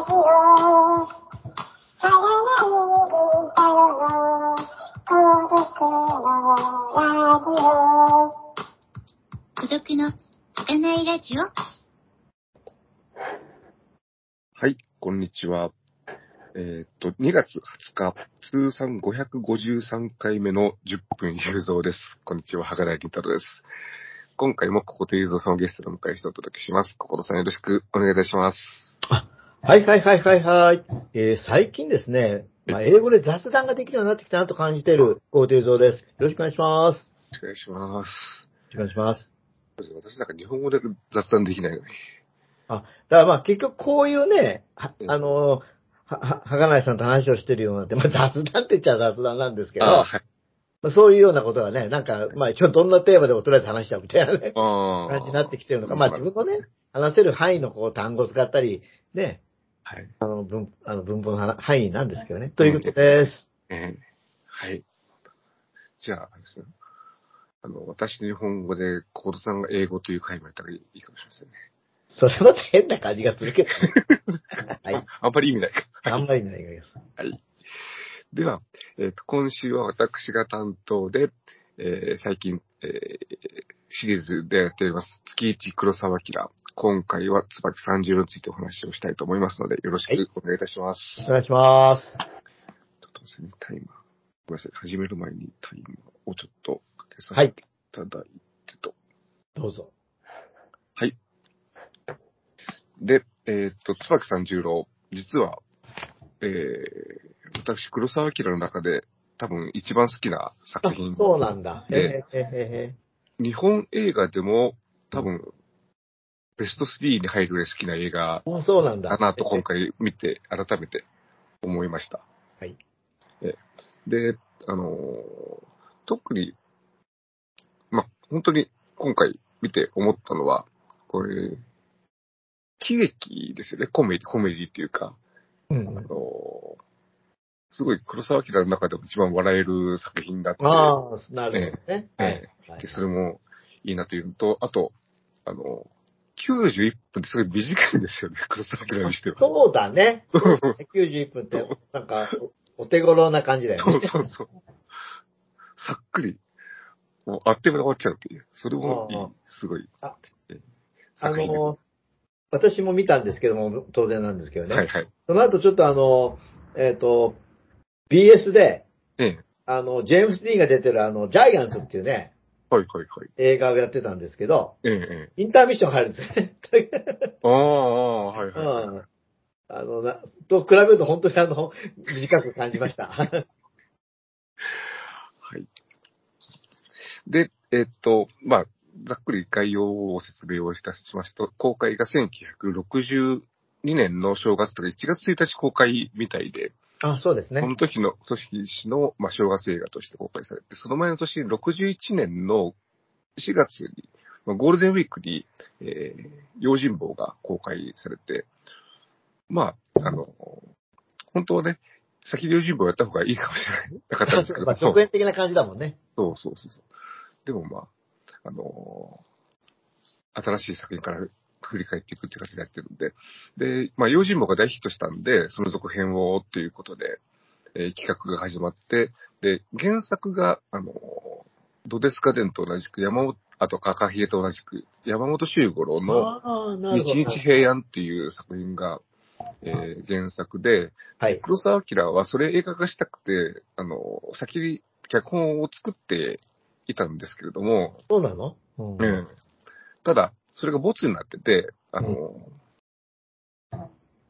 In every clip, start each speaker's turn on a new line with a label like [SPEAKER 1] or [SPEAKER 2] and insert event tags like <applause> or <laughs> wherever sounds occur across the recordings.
[SPEAKER 1] ラ
[SPEAKER 2] 孤独のつかないラジオ
[SPEAKER 3] はい、こんにちは。えーっと、2月20日、通算553回目の10分雄三です。こんにちは、博田銀太郎です。今回もここと雄三さんをゲストでお迎えしてお届けします。こことさんよろしくお願いいたします。
[SPEAKER 4] はいはいはいはいはい。えー最近ですね、まあ、英語で雑談ができるようになってきたなと感じている、ゴーテ蔵です。よろしくお願いします。
[SPEAKER 3] お願いします。
[SPEAKER 4] よろしくお願いします。
[SPEAKER 3] 私なんか日本語で雑談できないのに。
[SPEAKER 4] だからまあ結局こういうね、は
[SPEAKER 3] うん
[SPEAKER 4] あのー、は、は、はがないさんと話をしてるようになって、まあ雑談って言っちゃ雑談なんですけど、
[SPEAKER 3] あはい。
[SPEAKER 4] まあそういうようなことがね、なんか、まあ一応どんなテーマでもとりあえず話しちゃうみたいなね、
[SPEAKER 3] ああ。
[SPEAKER 4] 感じになってきてるのか、まあ
[SPEAKER 3] な
[SPEAKER 4] 自
[SPEAKER 3] るほ
[SPEAKER 4] 分
[SPEAKER 3] ど
[SPEAKER 4] のね、話せる範囲のこう単語を使ったり、ね、
[SPEAKER 3] はい。
[SPEAKER 4] あの文、あの文法の話範囲なんですけどね、ということです。
[SPEAKER 3] えーはい。じゃあ、あれですね。あの、私日本語で、コードさんが英語という回もやったらいいかもしれませんね。
[SPEAKER 4] それまた変な感じが
[SPEAKER 3] <laughs>
[SPEAKER 4] するけどね、はい。
[SPEAKER 3] ああんまり意味ないか。
[SPEAKER 4] あんまりないです。
[SPEAKER 3] では、えーと今週は私が担当で、えー最近、えーシリーズでやっております、月一黒沢明。今回は椿三十郎についてお話をしたいと思いますので、よろしくお願いいたします。
[SPEAKER 4] お願いします。
[SPEAKER 3] ちょっとですね、タイマー。ごめんなさい、始める前にタイマーをちょっとかけさ
[SPEAKER 4] は
[SPEAKER 3] せ
[SPEAKER 4] い
[SPEAKER 3] ていただいてと。
[SPEAKER 4] どうぞ。
[SPEAKER 3] で、えーっと、椿三十郎、実は、えー、私、黒沢明の中で多分一番好きな作
[SPEAKER 4] あ
[SPEAKER 3] 品。
[SPEAKER 4] そうなんだ。へへ
[SPEAKER 3] で
[SPEAKER 4] へへ
[SPEAKER 3] 日本映画でも多分、ベスト3に入るぐらい好きな映画
[SPEAKER 4] へ。あ、そうなんだ。
[SPEAKER 3] だなと今回見て、改めて思いました。
[SPEAKER 4] はい
[SPEAKER 3] え。で、あのー特に、ま、本当に今回見て思ったのは、これ、喜劇ですよね、コメディ、コメディっていうか、
[SPEAKER 4] うん
[SPEAKER 3] あのーすごい黒沢明の中でも一番笑える作品だって
[SPEAKER 4] ああ、なるほどね。
[SPEAKER 3] ええ
[SPEAKER 4] はいは
[SPEAKER 3] で、
[SPEAKER 4] い
[SPEAKER 3] それもいいなというのと、あと、あの、91分ってすごい短いですよね、黒沢明にして
[SPEAKER 4] <laughs>
[SPEAKER 3] は。
[SPEAKER 4] そうだね。91分って、なんか、おお手頃な感じだよ
[SPEAKER 3] そ
[SPEAKER 4] ね。
[SPEAKER 3] うそうそう。さっくり、もうあっという間に終わっちゃうっていう。それもい
[SPEAKER 4] ああ
[SPEAKER 3] い、すごい
[SPEAKER 4] あ。
[SPEAKER 3] え
[SPEAKER 4] あ
[SPEAKER 3] 作品
[SPEAKER 4] の、私も見たんですけども、当然なんですけど
[SPEAKER 3] ではい
[SPEAKER 4] ね。
[SPEAKER 3] はい。
[SPEAKER 4] その後ちょっとあの、えっと、BS で、
[SPEAKER 3] ええ。
[SPEAKER 4] あの、ジェームス・ディーンが出てるあの、ジャイアンツっていうね、
[SPEAKER 3] はいはいはい。
[SPEAKER 4] 映画をやってたんですけど、
[SPEAKER 3] ええええ。
[SPEAKER 4] インターミッション入るんですよね。
[SPEAKER 3] ああ、はいはいはい。
[SPEAKER 4] うん <laughs> あの、な、と比べると本当にあの、短く感じま
[SPEAKER 3] <laughs>
[SPEAKER 4] した。
[SPEAKER 3] はい。で、えっと、まあ、ざっくり概要を説明をいたしますと、公開が1962年の正月とか1月1日公開みたいで、
[SPEAKER 4] あ、そうです
[SPEAKER 3] そ
[SPEAKER 4] ね。
[SPEAKER 3] の時の、その年の、まあ、正月映画として公開されて、その前の年61年の4月に、まあゴールデンウィークに、えー、用心棒が公開されて、まあ、あの、本当はね、先に用心棒やった方がいいかもしれないなかったんですけど。
[SPEAKER 4] <laughs> まあ、直演的な感じだもんね。
[SPEAKER 3] そうそうそうそう。でもまあ、あのー新しい作品から振り返っていくって形になってるんで、で、まあ、用心棒が大ヒットしたんで、その続編をっていうことで、えー企画が始まって、で、原作が、あのードデスカデンと同じく、山本、あと赤ひげと同じく、山本周五郎の
[SPEAKER 4] ああ、なるほ
[SPEAKER 3] 日
[SPEAKER 4] ど。
[SPEAKER 3] 日平安っていう作品が、えー原作で、
[SPEAKER 4] はい。
[SPEAKER 3] 黒沢明はそれ映画化したくて、あの、先に脚本を作っていたんですけれども、
[SPEAKER 4] そうなのうん。
[SPEAKER 3] うんただ、それがボツになってて、あの、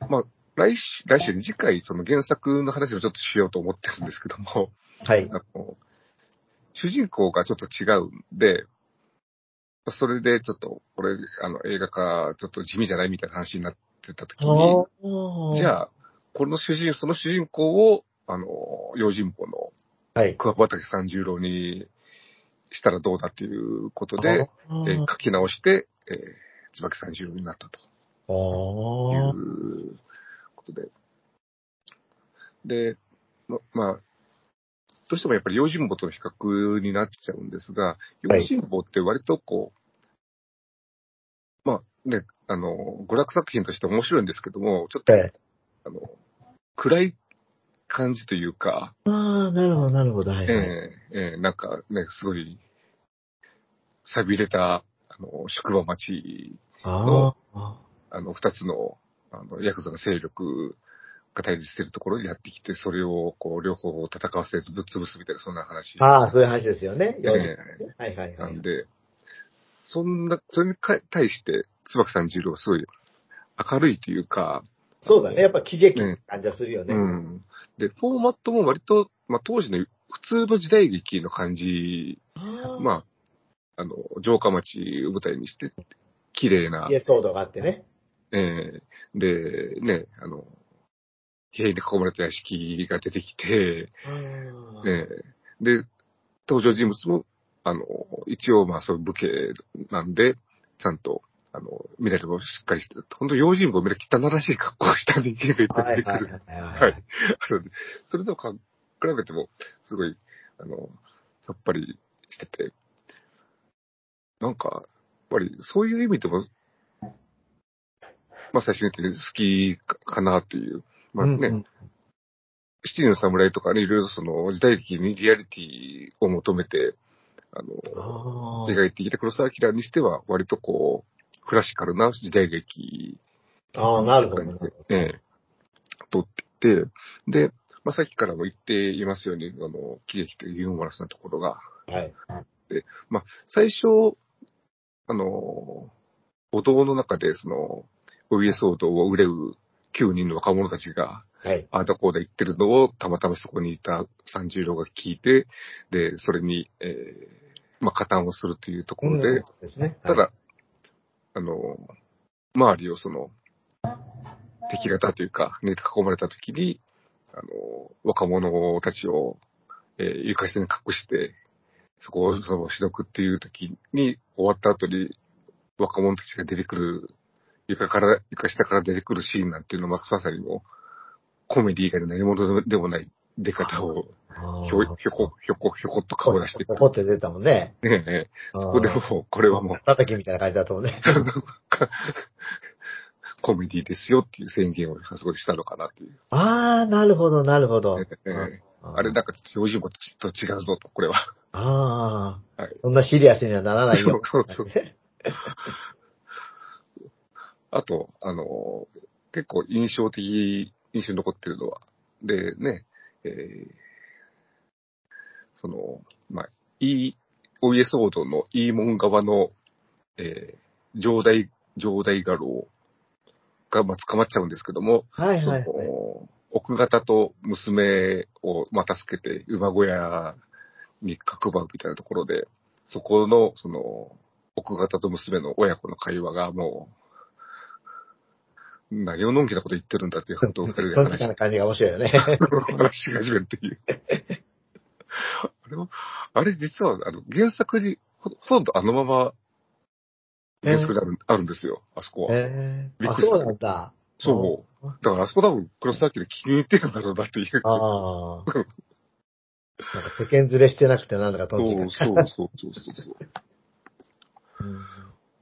[SPEAKER 3] まあ、来週、来週、次回、その原作の話をちょっとしようと思ってるんですけども、 <laughs>
[SPEAKER 4] はい。
[SPEAKER 3] あの、主人公がちょっと違うんで、それでちょっと、これ、あの、映画化、ちょっと地味じゃないみたいな話になってた時に、じ
[SPEAKER 4] あ
[SPEAKER 3] ゃあ、この主人、その主人公を、あの、用心棒の
[SPEAKER 4] ー、はい。
[SPEAKER 3] 桑畑三十郎にしたらどうだっていうことで、
[SPEAKER 4] あ
[SPEAKER 3] え
[SPEAKER 4] ー、
[SPEAKER 3] ー書き直して、えー、椿三十郎になったとい
[SPEAKER 4] あー
[SPEAKER 3] うことで。で、ま、まあ、どうしてもやっぱり用心棒との比較になっちゃうんですが、
[SPEAKER 4] は
[SPEAKER 3] 用
[SPEAKER 4] い
[SPEAKER 3] 心棒って割とこまあね、あの、娯楽作品として面白いんですけども、ちょっと、
[SPEAKER 4] ええ。
[SPEAKER 3] あの、暗い感じというか、
[SPEAKER 4] ああ、なるほど、なるほど。はい、
[SPEAKER 3] え
[SPEAKER 4] はい。
[SPEAKER 3] えええなんかね、すごい、錆びれた、あの、宿場町
[SPEAKER 4] ああ。
[SPEAKER 3] あの、二つの、あの、ヤクザの勢力が対立しているところにやってきて、それを、こう、両方を戦わせてぶっ潰すみたいな、そんな話。
[SPEAKER 4] ああ、そういう話ですよね。
[SPEAKER 3] え
[SPEAKER 4] よ
[SPEAKER 3] え
[SPEAKER 4] はいはいは
[SPEAKER 3] ないん。で、そんな、それにか対して、椿さん十郎はすごい明るいというか、
[SPEAKER 4] そうだね。やっぱ喜劇な感じはするよね。
[SPEAKER 3] うん。で、フォーマットも割と、まあ、当時の普通の時代劇の感じ、
[SPEAKER 4] ああ。
[SPEAKER 3] まあ、あの、城下町を舞台にして、綺麗な
[SPEAKER 4] イ、エスソードがあってね。
[SPEAKER 3] ええで、ね、あの、兵に囲まれた屋敷が出てきて、
[SPEAKER 4] ああ
[SPEAKER 3] ええで、登場人物も、あの、一応、まあ、そういう武家なんで、ちゃんと、あの、メダルもしっかりしてる。本当用心棒みんな汚らしい格好をした人間がいっぱ
[SPEAKER 4] はい
[SPEAKER 3] 出て
[SPEAKER 4] い
[SPEAKER 3] く
[SPEAKER 4] はい
[SPEAKER 3] る。
[SPEAKER 4] はいはい。
[SPEAKER 3] あのそれとか比べても、すごい、あの、さっぱりしてて、なんか、やっぱり、そういう意味でも、まあ、最初に言って好きかなっていう。まあね、
[SPEAKER 4] うんうん
[SPEAKER 3] 七人の侍とかね、いろいろその時代劇にリアリティを求めて、あの、
[SPEAKER 4] ああ
[SPEAKER 3] 描いてきた黒澤明にしては、割とこう、クラシカルな時代劇
[SPEAKER 4] ああ、なるほど。
[SPEAKER 3] 感じで、ええ、撮ってて、で、まあ、さっきからも言っていますように、あの、喜劇というユーモラスなところが、
[SPEAKER 4] はい。
[SPEAKER 3] 最初、あの、お堂の中で、その、お家騒動を憂う9人の若者たちが、
[SPEAKER 4] はい。
[SPEAKER 3] ああだこうだ言ってるのを、たまたまそこにいた三十郎が聞いて、で、それに、えー、まあ、加担をするというところで、
[SPEAKER 4] うんそうですね。
[SPEAKER 3] た
[SPEAKER 4] はい、
[SPEAKER 3] だ、あの、周りをその、敵方というか、ね、囲まれた時に、あの、若者たちを、えー床下に隠して、そこをその、しのくっていう時に、終わった後に、若者たちが出てくる、床から、床下から出てくるシーンなんていうのは、まさにもう、コメディ以外の何物でもない出方を、ひょ、ひょこ、ひょこ、ひょこっと顔出してく
[SPEAKER 4] 怒って出たもんね。
[SPEAKER 3] る。ねえねえ、そこで
[SPEAKER 4] ああ
[SPEAKER 3] もう、これはもう、
[SPEAKER 4] 叩きみたいな感じだと
[SPEAKER 3] <laughs>
[SPEAKER 4] 思うね。
[SPEAKER 3] かコメディですよっていう宣言をすごいしたのかなっていう。
[SPEAKER 4] ああ、なるほど、なるほど。
[SPEAKER 3] ええ
[SPEAKER 4] あ
[SPEAKER 3] あれなんかちょっと表情もちょっと違うぞと、これは。
[SPEAKER 4] ああ、
[SPEAKER 3] はい
[SPEAKER 4] そんなシリアスには <laughs> ならないよ。
[SPEAKER 3] <laughs> そうそうあと、あの、結構印象的、印象に残ってるのは、でね、えーその、まあ、いい、お家騒動のいい門側の、えー、上代、上代画廊が、まあ、捕まっちゃうんですけども、
[SPEAKER 4] はい
[SPEAKER 3] そ
[SPEAKER 4] はいはい。
[SPEAKER 3] の奥方と娘を、まあ、助けて、馬小屋に角張るみたいなところで、そこの、その、奥方と娘の親子の会話がもう、何をのんきなこと言ってるんだっていう、本当二人で
[SPEAKER 4] その
[SPEAKER 3] 話
[SPEAKER 4] 時
[SPEAKER 3] し
[SPEAKER 4] の感じが面白いよね。
[SPEAKER 3] 話し始めるっていう。 <laughs> あれも、あれ実は、あの、原作にほ、ほとんどあのまま、原作である,、あるんですよ、あそこは。
[SPEAKER 4] <laughs> ええ
[SPEAKER 3] びっ
[SPEAKER 4] あ、
[SPEAKER 3] くりした
[SPEAKER 4] そうなんだ。
[SPEAKER 3] そう。だからあそこ多分、黒沢明で気に入ってるんだろうなっていう。
[SPEAKER 4] ああ。なんか世間ずれしてなくてなんだかと
[SPEAKER 3] そ
[SPEAKER 4] ん
[SPEAKER 3] う
[SPEAKER 4] ちが。
[SPEAKER 3] そうそうそうそうそう。
[SPEAKER 4] うん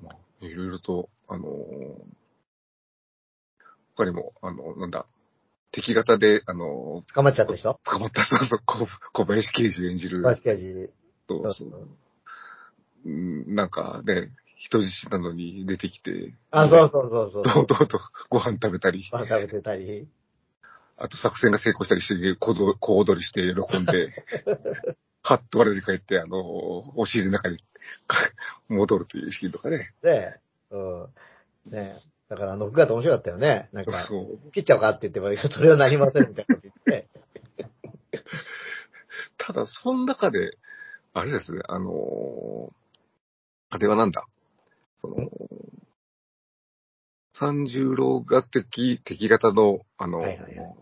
[SPEAKER 3] ま
[SPEAKER 4] <laughs>
[SPEAKER 3] あ、いろいろと、あのー他にも、あのなんだ、敵型で、あの
[SPEAKER 4] 捕まっちゃった人
[SPEAKER 3] ー捕まった、そうそう、小小林刑事を演じる
[SPEAKER 4] バスケジ。
[SPEAKER 3] と、そううんなんかね、人質なのに出てきて、
[SPEAKER 4] あ、そうそうそうそう。
[SPEAKER 3] 堂々とご飯食べたり、
[SPEAKER 4] ご飯食べてたり。
[SPEAKER 3] あと作戦が成功したりして、小躍小踊りして喜ん
[SPEAKER 4] <laughs>
[SPEAKER 3] で、はっと我に帰って、あのーお尻の中にか戻るというシーンとかね。
[SPEAKER 4] で、うん。ねえだからあの、僕方面白かったよね。なんか、
[SPEAKER 3] そう。
[SPEAKER 4] 切っちゃおうかって言っても、いやそれはなりませんみたいなこと言って。
[SPEAKER 3] <laughs> ただ、その中で、あれですね、あのーあれはなんだその、三十郎が敵、敵型の、あのー
[SPEAKER 4] はいはいは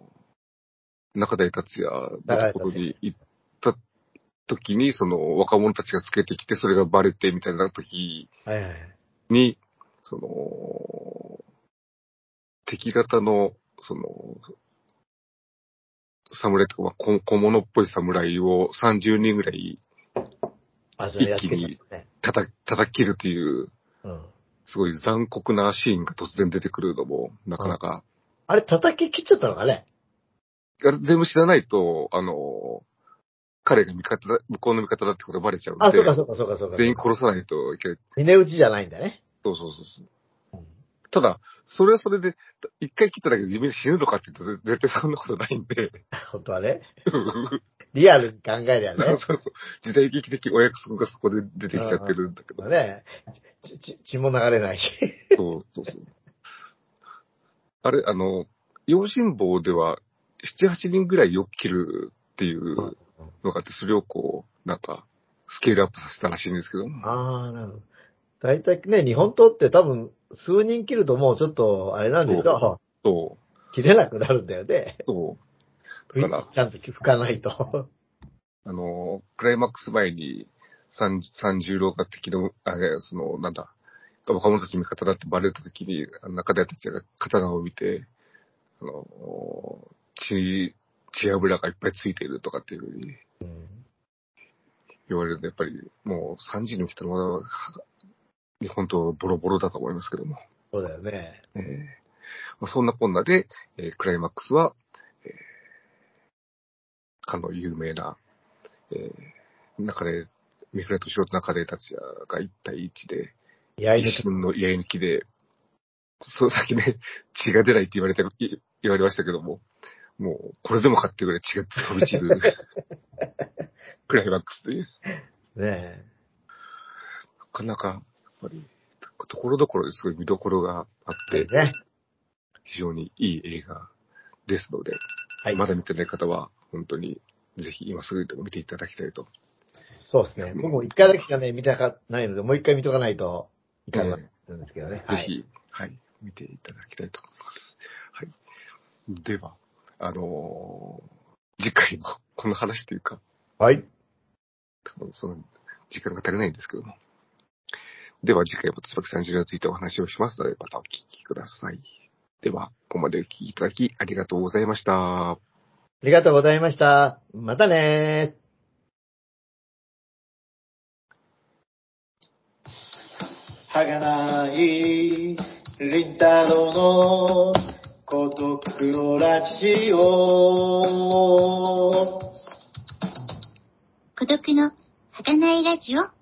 [SPEAKER 3] 中台達也のところに行った時に、その若者たちがつけてきて、それがバレてみたいな時
[SPEAKER 4] はいはい。
[SPEAKER 3] に、その、敵型の、その、侍とか、まあ小小物っぽい侍を30人ぐらい
[SPEAKER 4] あ、それやってきたね。
[SPEAKER 3] 叩き、叩き切るという、
[SPEAKER 4] うん。
[SPEAKER 3] すごい残酷なシーンが突然出てくるのも、なかなか、
[SPEAKER 4] あれ叩き切っちゃったのかね
[SPEAKER 3] あれ全部知らないと、あの、彼が味方だ、向こうの味方だってことがバレちゃうんで、
[SPEAKER 4] あ、そうかそうかそうかそうか。
[SPEAKER 3] 全員殺さないといけない。
[SPEAKER 4] 峰打ちじゃないんだね。
[SPEAKER 3] そうそうそうそう。
[SPEAKER 4] うん
[SPEAKER 3] ただ、それはそれで、一回切っただけで自分で死ぬのかって言うと、絶対そんなことないんで、
[SPEAKER 4] 本当はね。リアルに考えり
[SPEAKER 3] <laughs>
[SPEAKER 4] ゃ
[SPEAKER 3] そう
[SPEAKER 4] ね。
[SPEAKER 3] そうそう。時代劇的お約束がそこで出てきちゃってるんだけど。
[SPEAKER 4] ね。ちち血も流れないし。
[SPEAKER 3] そうそうそう。あれ、あの、用心棒では、7、8人ぐらいよく切るっていうのがあって、それをこう、なんか、スケールアップさせたらしいんですけど、
[SPEAKER 4] ああ、なるほど。大体ね、日本刀って多分、数人切るともうちょっと、あれなんでしょ
[SPEAKER 3] そう
[SPEAKER 4] 切れなくなるんだよね。
[SPEAKER 3] う、そ
[SPEAKER 4] ち
[SPEAKER 3] だ
[SPEAKER 4] ゃん
[SPEAKER 3] から
[SPEAKER 4] と拭かないと。
[SPEAKER 3] う、あの、クライマックス前に、三三十郎が敵の、あれ、その、なんだ、若者たちの味方だってバレた時に、あの中田たちが刀を見て、あの、血、血油がいっぱいついているとかっていうふうに
[SPEAKER 4] うん
[SPEAKER 3] 言われると、やっぱりもう3時に来たらまだ、日本とボロボロだと思いますけども。
[SPEAKER 4] そうだよね。
[SPEAKER 3] えーまあ、そんなこんなで、えークライマックスは、えーかの有名な、えー、中で、三船敏夫と中で達也が一対一で、
[SPEAKER 4] いや、い
[SPEAKER 3] 一瞬の居合抜きで、そう、さっきね、血が出ないって言われた、い言われましたけども、もう、これでもかっていうぐらい血が飛び散る、クライマックスという。
[SPEAKER 4] ね
[SPEAKER 3] なかなか、やっぱり、ところどころですごい見どころがあっ
[SPEAKER 4] え。
[SPEAKER 3] て、
[SPEAKER 4] ね。
[SPEAKER 3] 非常にいい映画ですので、
[SPEAKER 4] はい。
[SPEAKER 3] まだ見てない方は、本当に、ぜひ今すぐでも見ていただきたいと。
[SPEAKER 4] そうですね。僕も一回だけしかね、見たかないので、もう一回見とかないといかないんですけどね。は
[SPEAKER 3] ぜ
[SPEAKER 4] い。
[SPEAKER 3] ひ、はい、見ていただきたいと思います。はい。では、あのー次回の、 <laughs> この話というか、
[SPEAKER 4] はい。
[SPEAKER 3] 多分その、時間が足りないんですけども。では、次回も椿さんについてお話をしますので、またお聞きください。では、ここまでお聞きいただきありがとうございました。
[SPEAKER 4] ありがとうございました。またねー。
[SPEAKER 5] はがない、りんたろうの孤独のラジオ。
[SPEAKER 2] 孤独の儚いラジオ